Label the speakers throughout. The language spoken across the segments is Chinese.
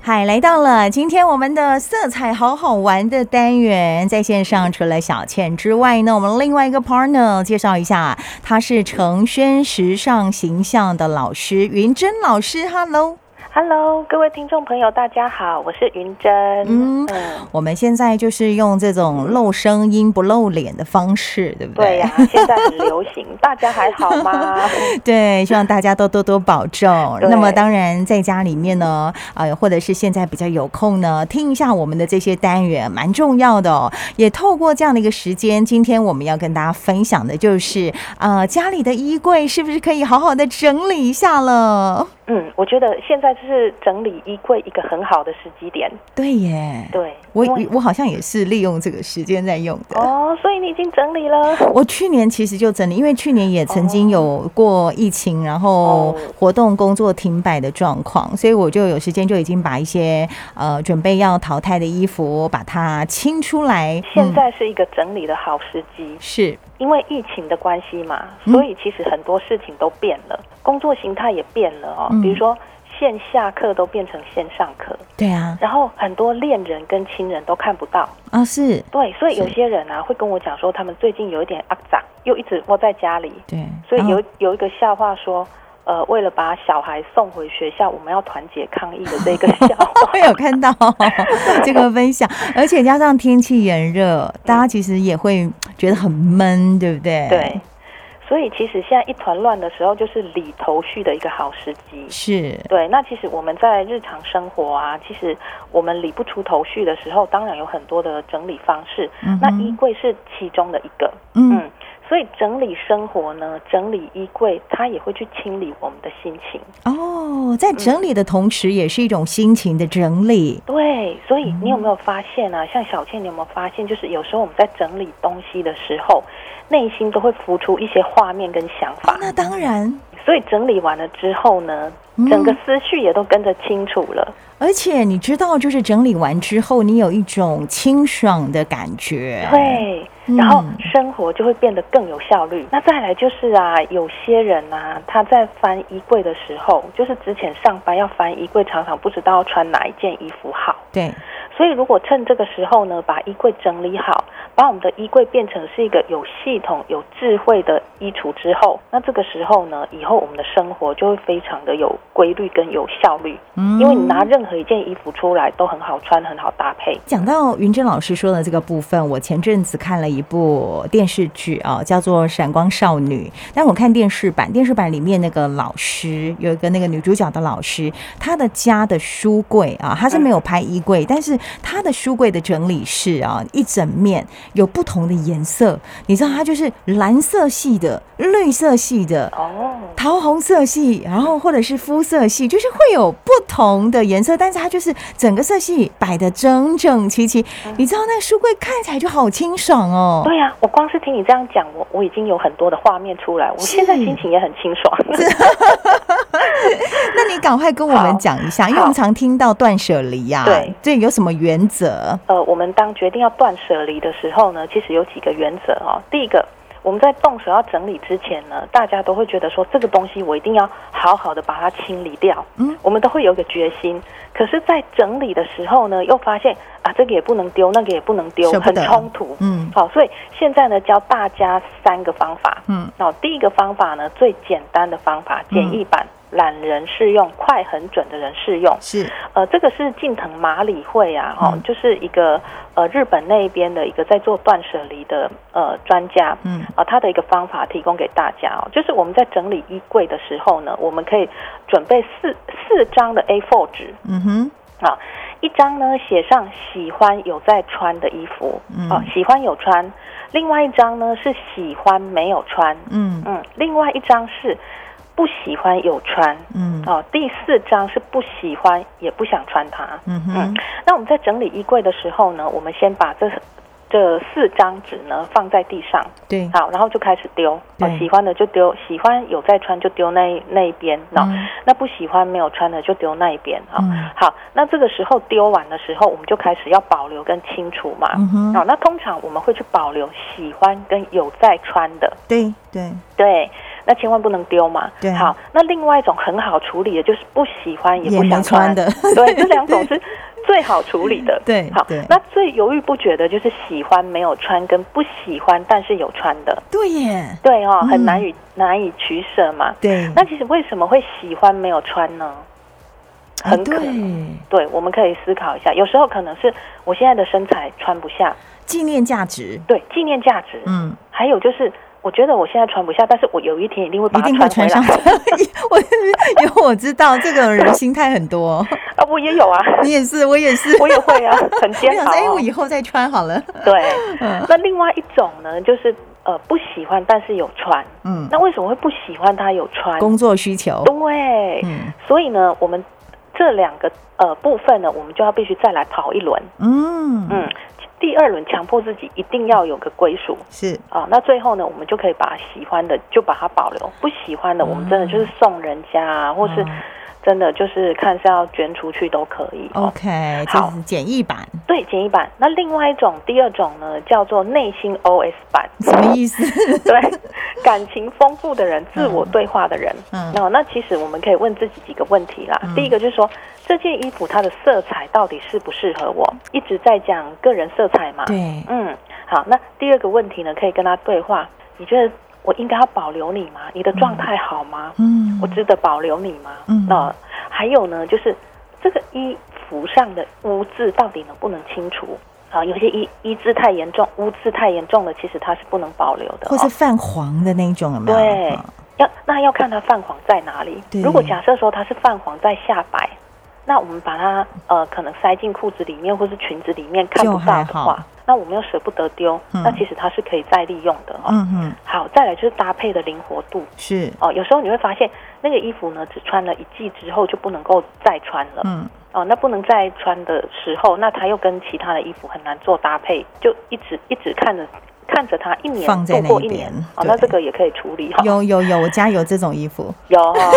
Speaker 1: 嗨，来到了今天我们的色彩好好玩的单元，在线上除了小倩之外呢，我们另外一个 partner 介绍一下，他是程轩时尚形象的老师云珍老师，Hello。
Speaker 2: Hello，各位听众朋友，大家好，我是云珍。
Speaker 1: 嗯
Speaker 2: 嗯，
Speaker 1: 我们现在就是用这种露声音不露脸的方式，对不对？
Speaker 2: 对呀、现在很流行，大家还好吗？
Speaker 1: 对，希望大家都多多保重。
Speaker 2: 对
Speaker 1: 那么当然，在家里面呢，呃，或者是现在比较有空呢，听一下我们的这些单元，蛮重要的哦。也透过这样的一个时间，今天我们要跟大家分享的就是，呃，家里的衣柜是不是可以好好的整理一下了？
Speaker 2: 嗯，我觉得现在就是整理衣柜一个很好的时机点。
Speaker 1: 对耶，
Speaker 2: 对，
Speaker 1: 我呃
Speaker 2: 因为
Speaker 1: 我好像也是利用这个时间在用的。
Speaker 2: 哦，所以你已经整理了。
Speaker 1: 我去年其实就整理，因为去年也曾经有过疫情，然后
Speaker 2: 哦
Speaker 1: 活动工作停摆的状况，所以我就有时间就已经把一些呃准备要淘汰的衣服把它清出来。
Speaker 2: 现
Speaker 1: 嗯、
Speaker 2: 在是一个整理的好时机，
Speaker 1: 是
Speaker 2: 因为疫情的关系嘛，
Speaker 1: 嗯
Speaker 2: 所以其实很多事情都变了，工作形态也变了哦
Speaker 1: 嗯。
Speaker 2: 比如说线下课都变成线上课，
Speaker 1: 对啊，
Speaker 2: 然后很多恋人跟亲人都看不到。
Speaker 1: 啊是，
Speaker 2: 对，所以有
Speaker 1: 是
Speaker 2: 些人啊会跟我讲说，他们最近有一点阿杂，又一直窝在家里，
Speaker 1: 对，
Speaker 2: 所以
Speaker 1: 然后
Speaker 2: 有有一个笑话说，呃，为了把小孩送回学校，我们要团结抗议的这个笑话。
Speaker 1: 我有看 到这个分享，而且加上天气炎热，大家其实也会觉得很闷，对不对？
Speaker 2: 对，，所以其实现在一团乱的时候，就是理头绪的一个好时机。
Speaker 1: 是，
Speaker 2: 对，那其实我们在日常生活啊，其实我们理不出头绪的时候，当然有很多的整理方式。
Speaker 1: 嗯哼
Speaker 2: 那衣柜是其中的一个。
Speaker 1: 嗯，
Speaker 2: 嗯，所以整理生活呢，整理衣柜，它也会去清理我们的心情。
Speaker 1: 哦，在整理的同时，也是一种心情的整理。
Speaker 2: 对，所以你有没有发现啊？像小倩，你有没有发现，就是有时候我们在整理东西的时候，内心都会浮出一些画面跟想法。
Speaker 1: 哦那当然，
Speaker 2: 所以整理完了之后呢
Speaker 1: 嗯，
Speaker 2: 整个思绪也都跟着清楚了。
Speaker 1: 而且你知道，就是整理完之后，你有一种清爽的感觉。，
Speaker 2: 对
Speaker 1: 嗯，
Speaker 2: 然后生活就会变得更有效率。那再来就是啊，有些人啊，他在翻衣柜的时候，就是之前上班要翻衣柜，常常不知道穿哪一件衣服好。
Speaker 1: 对，
Speaker 2: 所以如果趁这个时候呢，把衣柜整理好，把我们的衣柜变成是一个有系统、有智慧的衣橱之后，那这个时候呢，以后我们的生活就会非常的有规律跟有效率，
Speaker 1: 嗯
Speaker 2: 因为你拿任何一件衣服出来都很好穿，很好搭配。
Speaker 1: 讲到云珍老师说的这个部分，我前阵子看了一部电视剧啊，叫做《闪光少女》，但我看电视版，电视版里面那个老师有一个那个女主角的老师，她的家的书柜啊，她是没有拍衣柜，但是她的书柜的整理室啊，一整面有不同的颜色，你知道它就是蓝色系的、绿色系的，
Speaker 2: 哦，
Speaker 1: 桃红色系，然后或者是肤色系，就是会有不同的颜色，但是它就是整个色系摆的整整齐齐。
Speaker 2: 嗯
Speaker 1: 你知道那书柜看起来就好清爽哦，
Speaker 2: 对呀、我光是听你这样讲，我我已经有很多的画面出来，我
Speaker 1: 是
Speaker 2: 现在心情也很清爽。
Speaker 1: 那你赶快跟我们
Speaker 2: 好
Speaker 1: 讲一下，因为我们常听到断舍离呀、
Speaker 2: 对
Speaker 1: 对，有什么原则？
Speaker 2: 呃，我们当决定要断舍离的时候呢，其实有几个原则哦。第一个，我们在动手要整理之前呢，大家都会觉得说这个东西我一定要好好的把它清理掉，
Speaker 1: 嗯，
Speaker 2: 我们都会有一个决心。可是，在整理的时候呢，又发现啊，这个也不能丢，那个也不能丢
Speaker 1: 舍，不
Speaker 2: 很
Speaker 1: 得
Speaker 2: 冲突，
Speaker 1: 嗯
Speaker 2: 好，所以现在呢，教大家三个方法。
Speaker 1: 嗯，
Speaker 2: 那第一个方法呢，最简单的方法，简易版，懒人适用，快很准的人适用。
Speaker 1: 是
Speaker 2: 呃，这个是近藤麻里惠啊，哦，
Speaker 1: 嗯
Speaker 2: 就是一个呃日本那一边的一个在做断舍离的呃专家，
Speaker 1: 嗯
Speaker 2: 呃，他的一个方法提供给大家哦，就是我们在整理衣柜的时候呢，我们可以准备四四张的 A4 纸
Speaker 1: 嗯哼，
Speaker 2: 啊、一张呢写上喜欢有在穿的衣服，
Speaker 1: 嗯
Speaker 2: 哦，喜欢有穿，另外一张呢是喜欢没有穿，
Speaker 1: 嗯
Speaker 2: 嗯，另外一张是不喜欢有穿，
Speaker 1: 嗯
Speaker 2: 哦，第四张是不喜欢也不想穿它。
Speaker 1: 嗯哼，
Speaker 2: 那我们在整理衣柜的时候呢，我们先把这这四张纸呢放在地上，
Speaker 1: 对，
Speaker 2: 好，然后就开始丢。哦
Speaker 1: 嗯对，
Speaker 2: 喜欢的就丢，喜欢有在穿就丢那一那一边，那、
Speaker 1: 嗯
Speaker 2: 那不喜欢没有穿的就丢那一边啊。
Speaker 1: 嗯
Speaker 2: 好，那这个时候丢完的时候，我们就开始要保留跟清除嘛。哦
Speaker 1: 嗯哼
Speaker 2: 好，那通常我们会去保留喜欢跟有在穿的，
Speaker 1: 对对，
Speaker 2: 对，那千万不能丢嘛。
Speaker 1: 对
Speaker 2: 好，那另外一种很好处理的，就是不喜欢也
Speaker 1: 也
Speaker 2: 不
Speaker 1: 没
Speaker 2: 想
Speaker 1: 穿
Speaker 2: 穿
Speaker 1: 的
Speaker 2: 对，这两种是最好处理的。
Speaker 1: 对
Speaker 2: 好
Speaker 1: 对，
Speaker 2: 那最犹豫不决的就是喜欢没有穿跟不喜欢但是有穿的，
Speaker 1: 对耶，哎
Speaker 2: 对哦，
Speaker 1: 嗯
Speaker 2: 很难以、难以取舍嘛。
Speaker 1: 对，
Speaker 2: 那其实为什么会喜欢没有穿呢？
Speaker 1: 哎
Speaker 2: 很可能。
Speaker 1: 对，
Speaker 2: 对，我们可以思考一下，有时候可能是我现在的身材穿不下，
Speaker 1: 纪念价值，
Speaker 2: 对，纪念价值，
Speaker 1: 嗯，
Speaker 2: 还有就是，我觉得我现在穿不下，但是我有一天一定会把
Speaker 1: 一
Speaker 2: 它
Speaker 1: 定会
Speaker 2: 穿
Speaker 1: 穿
Speaker 2: 回
Speaker 1: 上
Speaker 2: 来。
Speaker 1: 的。 我有我知道这个人心态很多，
Speaker 2: 啊，我也有啊，
Speaker 1: 你也是，我也是，
Speaker 2: 我也会啊，很
Speaker 1: 我
Speaker 2: 煎
Speaker 1: 想
Speaker 2: 熬
Speaker 1: 说，哎，
Speaker 2: 哦、
Speaker 1: 我以嗯后再穿好了。
Speaker 2: 对，那另外一种呢，就是呃不喜欢，但是有穿。
Speaker 1: 嗯，
Speaker 2: 那为什么会不喜欢它有穿？
Speaker 1: 工作需求，
Speaker 2: 对，
Speaker 1: 嗯
Speaker 2: 所以呢，我们这两个呃部分呢，我们就要必须再来跑一轮。
Speaker 1: 嗯，
Speaker 2: 嗯，第二轮强迫自己一定要有个归属。
Speaker 1: 是
Speaker 2: 啊，那最后呢，我们就可以把喜欢的就把它保留，不喜欢的我们真的就是
Speaker 1: 嗯
Speaker 2: 送人家啊，或是
Speaker 1: 哦
Speaker 2: 真的就是看是要捐出去都可以。哦，
Speaker 1: OK，这
Speaker 2: 好
Speaker 1: 是简易版，
Speaker 2: 对，简易版。那另外一种，第二种呢，叫做内心 OS 版。
Speaker 1: 什么意思？
Speaker 2: 对，感情丰富的人，自我对话的人。哦
Speaker 1: 嗯
Speaker 2: 那、那其实我们可以问自己几个问题啦。
Speaker 1: 嗯
Speaker 2: 第一个就是说，这件衣服它的色彩到底适不适合我？一直在讲个人色彩嘛。
Speaker 1: 对，
Speaker 2: 嗯，好，那第二个问题呢，可以跟他对话。你觉得我应该要保留你吗？你的状态好吗？
Speaker 1: 嗯，
Speaker 2: 我值得保留你吗？
Speaker 1: 嗯
Speaker 2: 那还有呢，就是这个衣服上的污渍到底能不能清除？啊，有些衣衣渍太严重，污渍太严重的，其实它是不能保留的、哦。
Speaker 1: 或是泛黄的那种，有没有？
Speaker 2: 对
Speaker 1: 嗯，
Speaker 2: 要那要看它泛黄在哪里
Speaker 1: 对。
Speaker 2: 如果假设说它是泛黄在下摆，那我们把它呃可能塞进裤子里面或是裙子里面看
Speaker 1: 就
Speaker 2: 不到
Speaker 1: 还
Speaker 2: 的
Speaker 1: 好
Speaker 2: 话，那我们又舍不得丢，
Speaker 1: 嗯
Speaker 2: 那其实它是可以再利用的哦。
Speaker 1: 嗯哼，
Speaker 2: 好，再来就是搭配的灵活度
Speaker 1: 是，
Speaker 2: 哦。有时候你会发现那个衣服呢，只穿了一季之后就不能够再穿了。
Speaker 1: 嗯，
Speaker 2: 哦，那不能再穿的时候，那它又跟其他的衣服很难做搭配，就一直一直看着看着它一年
Speaker 1: 放在
Speaker 2: 度过
Speaker 1: 那
Speaker 2: 一
Speaker 1: 边
Speaker 2: 年，哦，那
Speaker 1: 对
Speaker 2: 这个也可以处理哈。
Speaker 1: 有有有，我家有这种衣服，
Speaker 2: 有哦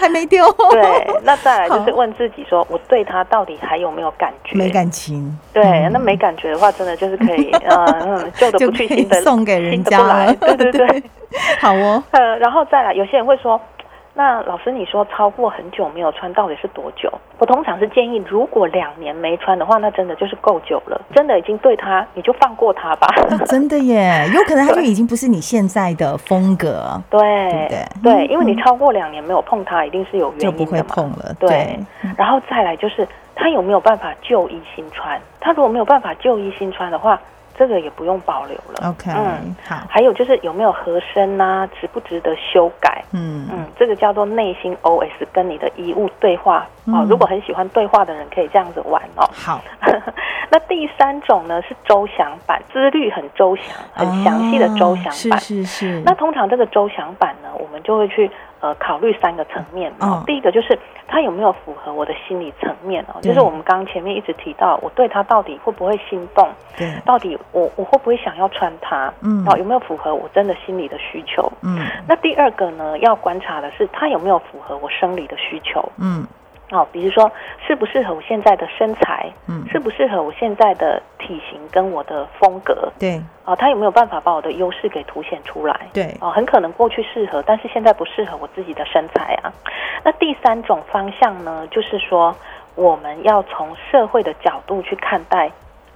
Speaker 1: 还没丢，
Speaker 2: 对，那再来就是
Speaker 1: 好
Speaker 2: 问自己说，我对他到底还有没有感觉？
Speaker 1: 没感情，
Speaker 2: 对，
Speaker 1: 嗯
Speaker 2: 那没感觉的话，真的就是可以，呃 嗯，旧的
Speaker 1: 就
Speaker 2: 不
Speaker 1: 可
Speaker 2: 去，新
Speaker 1: 以
Speaker 2: 的
Speaker 1: 送给人
Speaker 2: 新的
Speaker 1: 家
Speaker 2: 不来
Speaker 1: 了，
Speaker 2: 对 对对，
Speaker 1: 好哦，
Speaker 2: 呃，然后再来，有些人会说。那老师，你说超过很久没有穿，到底是多久？我通常是建议，如果两年没穿的话，那真的就是够久了，真的已经对他，你就放过他吧。
Speaker 1: 啊真的耶，有可能它就已经不是你现在的风格，
Speaker 2: 对
Speaker 1: 不对嗯
Speaker 2: 因为你
Speaker 1: 嗯
Speaker 2: 超过两年没有碰它，一定是有原
Speaker 1: 就
Speaker 2: 因
Speaker 1: 不会
Speaker 2: 的嘛。
Speaker 1: 碰嗯了，
Speaker 2: 对
Speaker 1: 对，
Speaker 2: 然后再来就是他有没有办法旧衣新穿？他如果没有办法旧衣新穿的话，这个也不用保留了。
Speaker 1: ，OK，
Speaker 2: 嗯
Speaker 1: 好，
Speaker 2: 还有就是有没有合身呐、值不值得修改？
Speaker 1: 嗯，
Speaker 2: 嗯，这个叫做内心 OS 跟你的衣物对话哦。
Speaker 1: 嗯
Speaker 2: 如果很喜欢对话的人，可以这样子玩哦。
Speaker 1: 好，
Speaker 2: 那第三种呢是周详版，思虑很周详，很详细的周详
Speaker 1: 啊
Speaker 2: 版。
Speaker 1: 是是是，
Speaker 2: 那通常这个周详版呢，我们就会去呃考虑三个层面嘛。
Speaker 1: 嗯
Speaker 2: 第一个就是它有没有符合我的心理层面哦，
Speaker 1: 对
Speaker 2: 就是我们刚刚前面一直提到，我对它到底会不会心动，
Speaker 1: 对，
Speaker 2: 到底我我会不会想要穿它，
Speaker 1: 嗯
Speaker 2: 哦有没有符合我真的心理的需求？
Speaker 1: 嗯
Speaker 2: 那第二个呢，要观察的是它有没有符合我生理的需求
Speaker 1: 嗯
Speaker 2: 哦，比如说适不适合我现在的身材，
Speaker 1: 嗯，
Speaker 2: 适不适合我现在的体型跟我的风格
Speaker 1: 对
Speaker 2: 哦，它有没有办法把我的优势给凸显出来？
Speaker 1: 对，
Speaker 2: 哦，很可能过去适合，但是现在不适合我自己的身材啊。那第三种方向呢，就是说我们要从社会的角度去看待。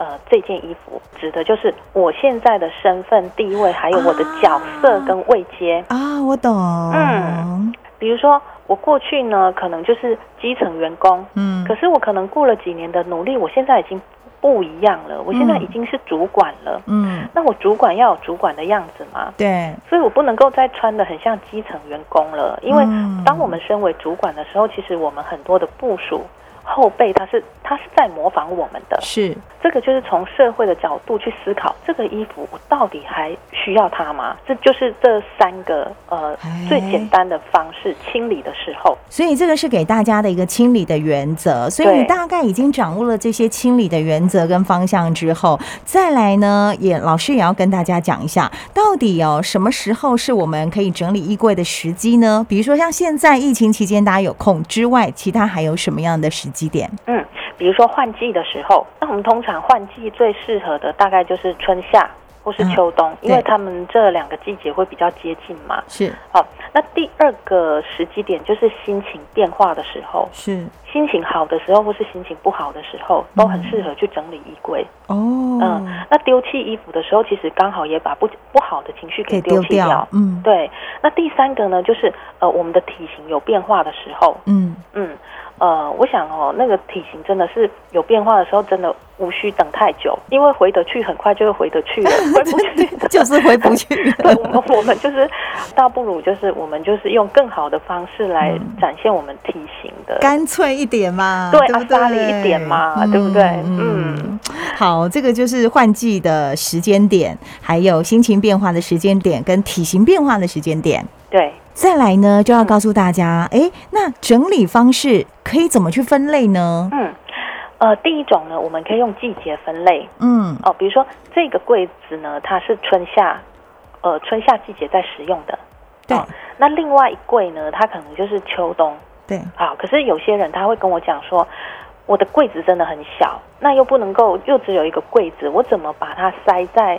Speaker 2: 呃，这件衣服指的就是我现在的身份地位，还有我的角色跟位阶。
Speaker 1: 啊，我懂，
Speaker 2: 嗯比如说，我过去呢，可能就是基层员工，
Speaker 1: 嗯
Speaker 2: 可是我可能过了几年的努力，我现在已经不一样了，我现在
Speaker 1: 嗯
Speaker 2: 已经是主管了。
Speaker 1: 嗯，
Speaker 2: 那我主管要有主管的样子吗？
Speaker 1: 对，
Speaker 2: 所以我不能够再穿的很像基层员工了，因为
Speaker 1: 嗯
Speaker 2: 当我们身为主管的时候，其实我们很多的部署后辈，他是他是在模仿我们的。
Speaker 1: 是，
Speaker 2: 这个就是从社会的角度去思考，这个衣服我到底还需要它吗？这就是这三个呃
Speaker 1: 哎
Speaker 2: 最简单的方式清理的时候。
Speaker 1: 所以这个是给大家的一个清理的原则。所以
Speaker 2: 对
Speaker 1: 你大概已经掌握了这些清理的原则跟方向之后，再来呢，也老师也要跟大家讲一下，到底哦什么时候是我们可以整理衣柜的时机呢？比如说像现在疫情期间大家有空之外，其他还有什么样的时机点？
Speaker 2: 嗯，比如说换季的时候，那我们通常换季最适合的大概就是春夏。或是秋冬，
Speaker 1: 对
Speaker 2: 因为他们这两个季节会比较接近嘛。
Speaker 1: 是
Speaker 2: 好，那第二个时机点就是心情变化的时候，
Speaker 1: 是
Speaker 2: 心情好的时候或是心情不好的时候，都很适合去整理衣柜。
Speaker 1: 哦，
Speaker 2: 嗯，那丢弃衣服的时候，其实刚好也把不不好的情绪
Speaker 1: 可
Speaker 2: 给
Speaker 1: 以丢
Speaker 2: 弃掉。
Speaker 1: 嗯，
Speaker 2: 对，那第三个呢，就是呃，我们的体型有变化的时候，
Speaker 1: 嗯，
Speaker 2: 嗯，呃，我想哦，那个体型真的是有变化的时候，真的无需等太久，因为回得去很快就会回得去 了，回不去的
Speaker 1: 就是回不去
Speaker 2: 对，我们我们就是倒不如就是我们就是用更好的方式来展现我们体型的。
Speaker 1: 干脆一点嘛，
Speaker 2: 对
Speaker 1: 对不对？
Speaker 2: 阿萨里一点嘛对不对嗯，
Speaker 1: 好，这个就是换季的时间点，还有心情变化的时间点，跟体型变化的时间点。
Speaker 2: 对，
Speaker 1: 再来呢，就要告诉大家，
Speaker 2: 嗯
Speaker 1: 哎，那整理方式可以怎么去分类呢？
Speaker 2: 嗯，呃，第一种呢，我们可以用季节分类
Speaker 1: 嗯，
Speaker 2: 哦，比如说这个柜子呢，它是春夏，呃，春夏季节在使用的。
Speaker 1: 对
Speaker 2: 哦那另外一柜呢，它可能就是秋冬。
Speaker 1: 对，
Speaker 2: 好，可是有些人他会跟我讲说，我的柜子真的很小，那又不能够又只有一个柜子，我怎么把它塞在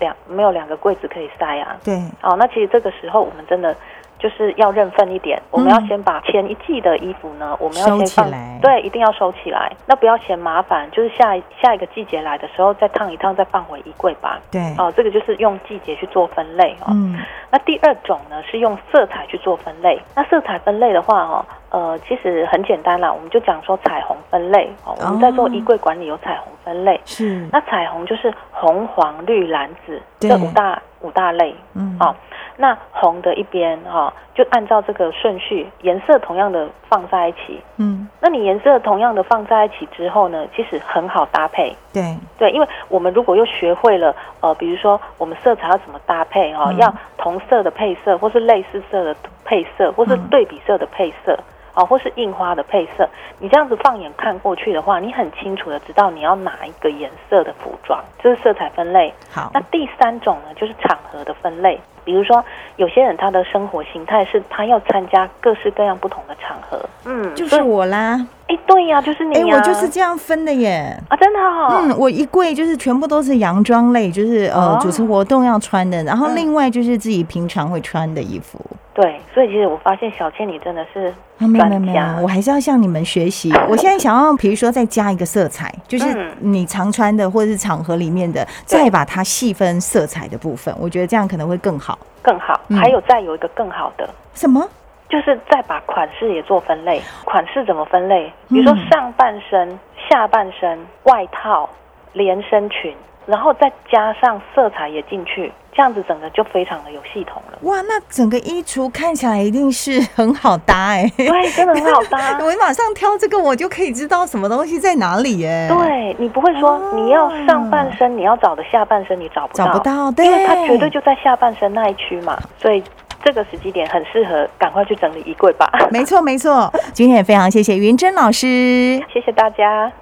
Speaker 2: 两没有两个柜子可以塞啊？
Speaker 1: 对，
Speaker 2: 好，那其实这个时候我们真的就是要认份一点，我们要先把前一季的衣服呢，我们要
Speaker 1: 嗯收
Speaker 2: 先
Speaker 1: 起
Speaker 2: 放
Speaker 1: 来
Speaker 2: 对，一定要收起来，那不要嫌麻烦，就是下一下一个季节来的时候再烫一烫，再放回衣柜吧。
Speaker 1: 对，
Speaker 2: 哦，这个就是用季节去做分类哦。
Speaker 1: 嗯，
Speaker 2: 那第二种呢是用色彩去做分类。那色彩分类的话哦，呃，其实很简单啦，我们就讲说彩虹分类哦。我们在做衣柜管理有彩虹分类，
Speaker 1: 是，
Speaker 2: 那彩虹就是红、黄、绿、蓝、紫
Speaker 1: 对
Speaker 2: 这五大五大类
Speaker 1: 嗯，
Speaker 2: 哦。那红的一边哦，就按照这个顺序，颜色同样的放在一起。
Speaker 1: 嗯，
Speaker 2: 那你颜色同样的放在一起之后呢，其实很好搭配。
Speaker 1: 对，
Speaker 2: 对，因为我们如果又学会了，呃，比如说我们色彩要怎么搭配哦，
Speaker 1: 嗯
Speaker 2: 要同色的配色，或是类似色的配色，或是
Speaker 1: 嗯
Speaker 2: 对比色的配色，哦，或是印花的配色，你这样子放眼看过去的话，你很清楚的知道你要哪一个颜色的服装，这是色彩分类。
Speaker 1: 好
Speaker 2: 那，第三种呢，就是场合的分类，比如说有些人他的生活形态是他要参加各式各样不同的场合，嗯，
Speaker 1: 就是我啦，
Speaker 2: 哎，对呀、就是你
Speaker 1: 哎，
Speaker 2: 呀、
Speaker 1: 我就是这样分的耶。
Speaker 2: 啊，真的哦，
Speaker 1: 嗯，我一柜就是全部都是洋装类，就是呃
Speaker 2: 哦
Speaker 1: 主持活动要穿的，然后
Speaker 2: 嗯
Speaker 1: 另外就是自己平常会穿的衣服。
Speaker 2: 对，所以其实我发现小倩你真的是
Speaker 1: 啊，没有没有
Speaker 2: 专
Speaker 1: 没
Speaker 2: 家
Speaker 1: 有，我，还是要向你们学习。我现在想要，比如说再加一个色彩，就是
Speaker 2: 嗯
Speaker 1: 你常穿的或者是场合里面的，再把它细分色彩的部分，我觉得这样可能会更好。
Speaker 2: 更好
Speaker 1: 嗯。
Speaker 2: 还有再有一个更好的，
Speaker 1: 什么？
Speaker 2: 就是再把款式也做分类。款式怎么分类？比如说
Speaker 1: 嗯。
Speaker 2: 上半身、下半身、外套、连身裙，然后再加上色彩也进去，这样子整个就非常的有系统了
Speaker 1: 哇，那整个衣橱看起来一定是很好搭哎、
Speaker 2: 对，啊真的很好搭。
Speaker 1: 我马上挑这个，我就可以知道什么东西在哪里耶、，
Speaker 2: 对你不会说
Speaker 1: 哦
Speaker 2: 你要上半身，你要找的下半身你找不到，
Speaker 1: 找不到，对，
Speaker 2: 因为它绝对就在下半身那一区嘛，所以这个时机点很适合，赶快去整理衣柜吧。
Speaker 1: 没错没错。今天也非常谢谢云珍老师。
Speaker 2: 谢谢大家。